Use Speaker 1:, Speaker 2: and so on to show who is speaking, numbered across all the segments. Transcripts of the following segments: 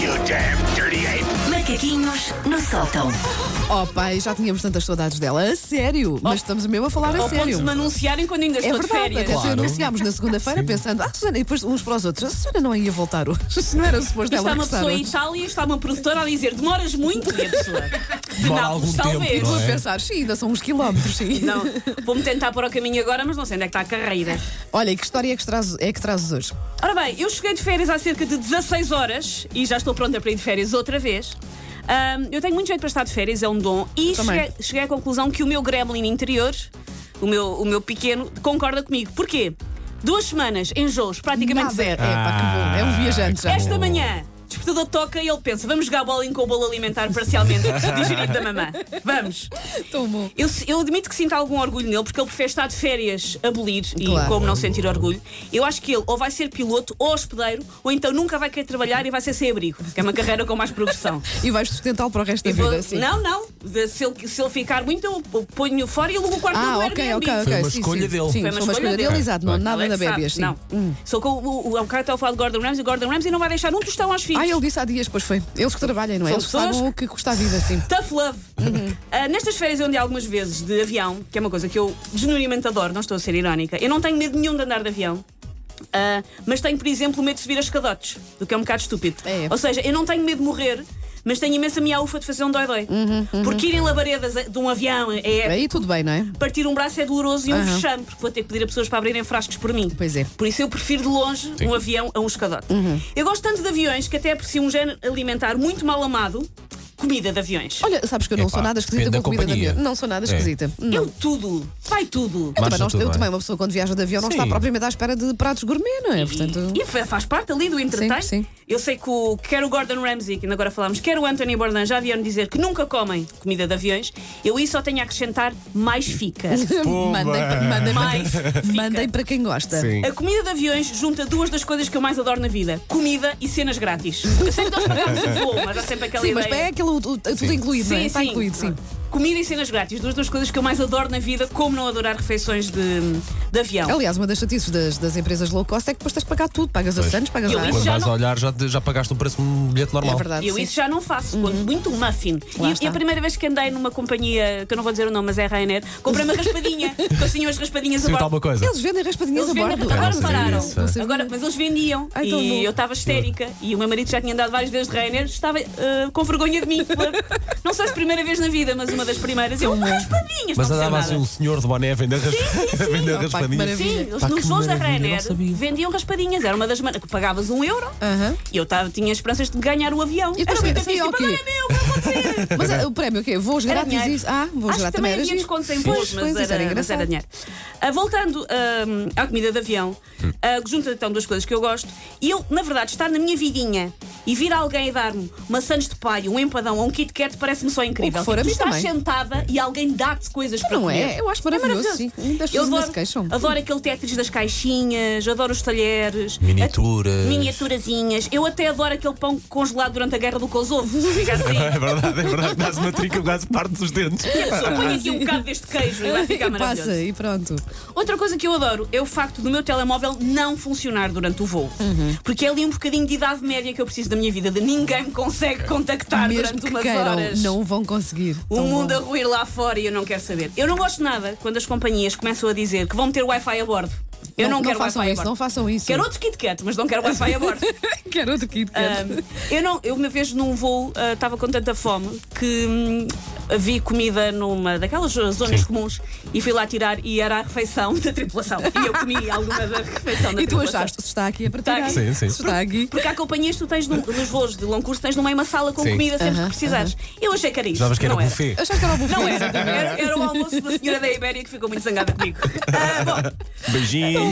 Speaker 1: you damn dirty ape!
Speaker 2: Macaquinhos no sótão.
Speaker 3: Oh pai, já tínhamos tantas saudades dela, a sério.
Speaker 4: Oh.
Speaker 3: Mas estamos mesmo a falar a
Speaker 4: Ao ponto de
Speaker 3: sério.
Speaker 4: me anunciarem quando ainda
Speaker 3: É
Speaker 4: estou de
Speaker 3: verdade,
Speaker 4: férias.
Speaker 3: até anunciámos na segunda-feira pensando, ah, Susana, e depois uns para os outros, a Susana não ia voltar hoje. Não era suposto
Speaker 4: Está
Speaker 3: ela
Speaker 4: é uma
Speaker 3: regressar
Speaker 4: pessoa em
Speaker 3: hoje.
Speaker 4: Itália, está uma produtora a dizer demoras muito e a pessoa.
Speaker 5: Demora
Speaker 4: Não,
Speaker 5: algum
Speaker 4: talvez.
Speaker 5: tempo,
Speaker 3: Tu
Speaker 5: não
Speaker 3: a
Speaker 5: é?
Speaker 3: pensar, sim, ainda são uns quilómetros, sim.
Speaker 4: Não, vou-me tentar para o caminho agora, mas não sei onde é que está a carreira.
Speaker 3: Olha, e que história é que trazes, é que trazes hoje?
Speaker 4: Ora bem, eu cheguei de férias há cerca de 16 horas e já estou pronta para ir de férias outra vez. Ahm, eu tenho muito jeito para estar de férias, é um dom. E
Speaker 3: Também.
Speaker 4: cheguei, cheguei à conclusão que o meu gremlin interior, o meu, o meu pequeno, concorda comigo. Porquê? Duas semanas, enjoos, praticamente
Speaker 3: Nada.
Speaker 4: zero.
Speaker 3: É, pá, que bom. É
Speaker 5: Ah,
Speaker 3: um viajante já.
Speaker 4: Esta manhã, despertador toca e ele pensa: vamos jogar bowling com o bolo alimentar parcialmente digerido da mamã. Vamos.
Speaker 3: Tão bom.
Speaker 4: Eu, se- eu admito que sinto algum orgulho nele, porque ele prefere estar de férias a abolir
Speaker 3: Claro.
Speaker 4: e como não sentir orgulho. Eu acho que ele ou vai ser piloto ou hospedeiro, ou então nunca vai querer trabalhar e vai ser sem abrigo, que é uma carreira com mais progressão.
Speaker 3: E vais sustentá-lo para o resto da
Speaker 4: Eu vou-
Speaker 3: vida, sim.
Speaker 4: Não, não. De- se, ele, se ele ficar muito, eu ponho fora e alugo o quarto
Speaker 3: Ah,
Speaker 4: do
Speaker 3: ok,
Speaker 4: é Airbnb.
Speaker 3: ok, ok.
Speaker 5: Foi uma
Speaker 3: sim,
Speaker 5: escolha
Speaker 3: sim.
Speaker 5: dele.
Speaker 3: Sim, foi
Speaker 4: Foi uma
Speaker 3: uma
Speaker 4: escolha
Speaker 3: escolha
Speaker 4: dele.
Speaker 3: dele, exato. Não, nada
Speaker 4: Alex
Speaker 3: da
Speaker 4: sabe,
Speaker 3: bébias, sim. Hum.
Speaker 4: Não. Só que o, o, o, há bocado estava a falar de Gordon Ramsay. Gordon Ramsay não vai deixar um tostão aos filhos.
Speaker 3: Ah, ele disse há dias, pois foi. Eles que trabalham, não é?
Speaker 4: São
Speaker 3: Eles que
Speaker 4: pessoas
Speaker 3: sabem o que custa a vida, sim.
Speaker 4: Tough love.
Speaker 3: Uhum.
Speaker 4: Ah, nestas férias eu andei algumas vezes de avião, que é uma coisa que eu genuinamente adoro, não estou a ser irónica. Eu não tenho medo nenhum de andar de avião. ah, mas tenho, por exemplo, medo de subir a escadotes, do que é um bocado estúpido.
Speaker 3: É.
Speaker 4: Ou seja, eu não tenho medo de morrer, mas tenho imensa minha ufa de fazer um dói-dói.
Speaker 3: Uhum,
Speaker 4: Porque ir em labaredas de um avião é
Speaker 3: Aí tudo bem, não é?
Speaker 4: Partir um braço é doloroso e um
Speaker 3: Aham.
Speaker 4: vexame, porque vou ter que pedir a pessoas para abrirem frascos por mim.
Speaker 3: Pois Uhum. é.
Speaker 4: Por isso eu prefiro de longe um avião a um escadote. Eu gosto tanto de aviões que até aprecio um género alimentar muito mal amado comida de aviões.
Speaker 3: Olha, sabes que eu não
Speaker 5: Epá,
Speaker 3: sou nada esquisita
Speaker 5: depende
Speaker 3: com
Speaker 5: da
Speaker 3: comida
Speaker 5: companhia.
Speaker 3: avião. Não sou nada
Speaker 5: É.
Speaker 3: esquisita. Não.
Speaker 4: Eu tudo, vai tudo.
Speaker 3: Eu,
Speaker 5: Marcha
Speaker 3: também, não,
Speaker 5: tudo
Speaker 3: eu
Speaker 5: bem.
Speaker 3: também, uma pessoa quando viaja de avião não
Speaker 5: Sim.
Speaker 3: está propriamente à espera de pratos gourmet, não é? Portanto,
Speaker 4: E fa- faz parte ali do entretenimento.
Speaker 3: sim.
Speaker 4: Eu sei que o, quer o Gordon Ramsay, que ainda agora falámos, quer o Anthony Bourdain já vieram dizer que nunca comem comida de aviões. Eu isso só tenho a acrescentar, mais fica.
Speaker 3: mandem, para- mandem,
Speaker 4: Mais
Speaker 3: para-
Speaker 4: fica.
Speaker 3: mandem para quem gosta.
Speaker 5: Sim.
Speaker 4: A comida de aviões junta duas das coisas que eu mais adoro na vida: comida e cenas grátis. Eu sei que nós pagamos o voo, mas há sempre aquela
Speaker 3: Sim, mas
Speaker 4: ideia.
Speaker 3: é aquele o- o- tudo incluído, não é? Está incluído, sim.
Speaker 4: Comida e cenas grátis, duas das coisas que eu mais adoro na vida, como não adorar refeições de, de avião.
Speaker 3: Aliás, uma das chatices das, das empresas low cost é que depois tens de pagar tudo. Pagas as anos, pagas
Speaker 4: Eu
Speaker 3: a
Speaker 4: isso
Speaker 5: Quando
Speaker 4: já
Speaker 5: vais
Speaker 4: não-
Speaker 5: a olhar, já, te- já pagaste o preço de um bilhete normal.
Speaker 3: É verdade.
Speaker 4: Eu
Speaker 3: sim.
Speaker 4: isso já não faço, quando muito um muffin.
Speaker 3: Lá
Speaker 4: E, e
Speaker 3: está.
Speaker 4: a primeira vez que andei numa companhia, que eu não vou dizer o nome, mas é a Ryanair, comprei uma raspadinha, que eles tinham as raspadinhas
Speaker 5: Sinto
Speaker 4: a bordo.
Speaker 5: alguma coisa.
Speaker 3: Eles vendem raspadinhas
Speaker 4: Eles
Speaker 3: a
Speaker 4: vendem-
Speaker 3: bordo.
Speaker 4: agora
Speaker 5: Eu não sabia
Speaker 4: pararam.
Speaker 5: disso. Não
Speaker 3: sabia.
Speaker 4: Agora, mas eles vendiam.
Speaker 3: Ai, tão bom.
Speaker 4: e eu estava histérica. E o meu marido já tinha andado várias vezes de Rainer, estava ah, com vergonha de mim. pela- não sei se primeira vez na vida, mas uma das primeiras. Eu, umas raspadinhas,
Speaker 5: Mas
Speaker 4: não percebo
Speaker 5: andava assim um
Speaker 4: nada.
Speaker 5: senhor de boné a vender, ras... a vender
Speaker 3: Oh, pá, que
Speaker 5: raspadinhas.
Speaker 3: maravilha.
Speaker 4: Sim, eles
Speaker 5: Pá,
Speaker 4: nos
Speaker 5: que
Speaker 4: voos da
Speaker 5: maravilha,
Speaker 4: Rainer
Speaker 5: não sabia.
Speaker 4: vendiam raspadinhas. Era uma das maneiras que pagavas um euro
Speaker 3: Aham.
Speaker 4: e eu tava, tinha esperanças de ganhar o avião.
Speaker 3: Ah. E depois
Speaker 4: Era muito
Speaker 3: assim,
Speaker 4: fixe, tipo,
Speaker 3: ok.
Speaker 4: "Ah, não é meu, não pode ser."
Speaker 3: Mas
Speaker 5: é-
Speaker 3: ah, o prémio o quê? Voos
Speaker 4: Era
Speaker 3: grátis
Speaker 4: dinheiro.
Speaker 3: isso? Ah, voos
Speaker 4: Acho
Speaker 3: grátis
Speaker 4: que
Speaker 3: também era
Speaker 4: havia
Speaker 3: giro.
Speaker 4: descontos em
Speaker 3: Pois,
Speaker 4: voos, mas,
Speaker 3: pois, isso
Speaker 4: era, mas
Speaker 3: engraçado.
Speaker 4: era dinheiro. Ah, voltando ah, à comida de avião, ah, que junta então duas coisas que eu gosto, e eu, na verdade, estar na minha vidinha e vir alguém dar-me uma sandes de paio, um empadão ou um Kit Kat parece-me só incrível.
Speaker 3: O que for, a
Speaker 4: tu
Speaker 3: mim
Speaker 4: estás
Speaker 3: também.
Speaker 4: sentada e alguém dá-te coisas para
Speaker 3: Não
Speaker 4: comer.
Speaker 3: é? Eu acho maravilhoso, sim. Ainda As pessoas
Speaker 4: Eu
Speaker 3: ainda se
Speaker 4: adoro,
Speaker 3: queixam.
Speaker 4: adoro aquele Tetris das caixinhas, adoro os talheres.
Speaker 5: Miniaturas.
Speaker 4: Miniaturazinhas. Eu até adoro aquele pão congelado durante a guerra do Kosovo. Fica assim.
Speaker 5: É verdade, é verdade. Dás uma trinca, quase parte dos dentes.
Speaker 4: Só põe aqui um bocado deste queijo e vai ficar
Speaker 3: E
Speaker 4: maravilhoso.
Speaker 3: passa, e pronto.
Speaker 4: Outra coisa que eu adoro é o facto do meu telemóvel não funcionar durante o voo.
Speaker 3: Uhum.
Speaker 4: Porque é ali um bocadinho de idade média que eu preciso da minha vida, de ninguém me consegue contactar
Speaker 3: Mesmo
Speaker 4: durante
Speaker 3: que
Speaker 4: umas
Speaker 3: queiram,
Speaker 4: horas.
Speaker 3: não vão conseguir.
Speaker 4: O
Speaker 3: Tão
Speaker 4: mundo a
Speaker 3: bom.
Speaker 4: ruir lá fora e eu não quero saber. Eu não gosto nada quando as companhias começam a dizer que vão ter Wi-Fi a bordo. Eu não, quero
Speaker 3: façam
Speaker 4: Wi-Fi a
Speaker 3: isso,
Speaker 4: bordo.
Speaker 3: não façam isso.
Speaker 4: Quero outro Um, Kit Kat, mas não quero Wi-Fi a bordo.
Speaker 3: Quero outro Kit Kat.
Speaker 4: Ahm, eu, não, eu uma vez num voo ah, estava com tanta fome que hum, vi comida numa daquelas zonas comuns e fui lá tirar e era a refeição da tripulação. E eu comi alguma da refeição da
Speaker 3: E tu
Speaker 4: tripulação.
Speaker 3: achaste, se está aqui é para
Speaker 4: Está
Speaker 3: tirar.
Speaker 4: aqui.
Speaker 5: Sim, sim.
Speaker 3: Se está aqui.
Speaker 4: Porque há companhias que tu tens num- nos voos de longo curso, tens no meio uma sala com
Speaker 5: Sim.
Speaker 4: comida sempre
Speaker 3: Aham,
Speaker 4: que precisares. Eu achei que era isso.
Speaker 5: Davas que era
Speaker 4: não é.
Speaker 5: buffet.
Speaker 3: Achaste que era o buffet.
Speaker 4: Não era. era. Era o almoço da senhora da Ibéria que ficou muito zangada comigo. Ah, bom,
Speaker 5: Beijinhos.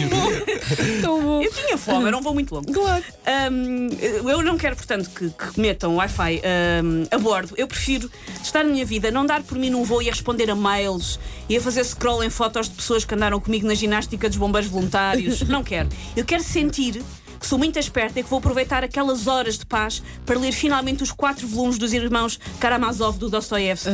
Speaker 3: Tão bom.
Speaker 4: eu tinha fome, era um voo muito longo.
Speaker 3: Claro.
Speaker 4: Hum, eu não quero, portanto, que, que metam Wi-Fi hum, a bordo. Eu prefiro estar na minha vida, não dar por mim num voo e a responder a mails e a fazer scroll em fotos de pessoas que andaram comigo na ginástica dos bombeiros voluntários. não quero. Eu quero sentir. que que sou muito esperta e que vou aproveitar aquelas horas de paz para ler finalmente os quatro volumes dos irmãos Karamazov do Dostoiévski.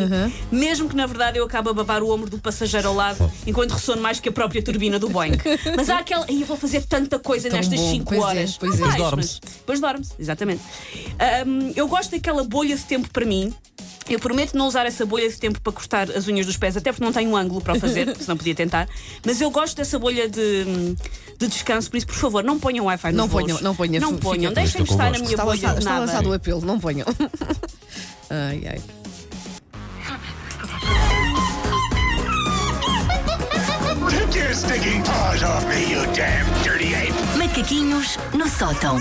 Speaker 4: Mesmo que na verdade eu acabe a babar o ombro do passageiro ao lado enquanto ressono mais que a própria turbina do Boeing. mas há aquela. "Ei, Eu vou fazer tanta coisa
Speaker 3: Tão
Speaker 4: nestas
Speaker 3: bom.
Speaker 4: 5
Speaker 3: Pois é,
Speaker 4: horas.
Speaker 3: pois é.
Speaker 4: Não vais,
Speaker 3: Depois
Speaker 5: dorme-se.
Speaker 4: mas- Depois dorme-se, exatamente. Ahm, eu gosto daquela bolha de tempo para mim. Eu prometo não usar essa bolha de tempo para cortar as unhas dos pés, até porque não tenho um ângulo para o fazer, senão podia tentar. Mas eu gosto dessa bolha de, de descanso, por isso, por favor, não ponham Wi-Fi nos
Speaker 3: Não
Speaker 4: voos.
Speaker 3: ponham, não ponham,
Speaker 4: Não
Speaker 3: fica-
Speaker 4: ponham, deixem-me
Speaker 5: Estou
Speaker 4: estar na
Speaker 5: convosco.
Speaker 4: minha
Speaker 3: Está
Speaker 4: bolha
Speaker 3: lançado,
Speaker 4: de
Speaker 3: está
Speaker 4: nada.
Speaker 3: lançado o apelo, não ponham. ai, ai.
Speaker 1: Take your stinking paws off me, you damn dirty ape!
Speaker 2: Macaquinhos no sótão.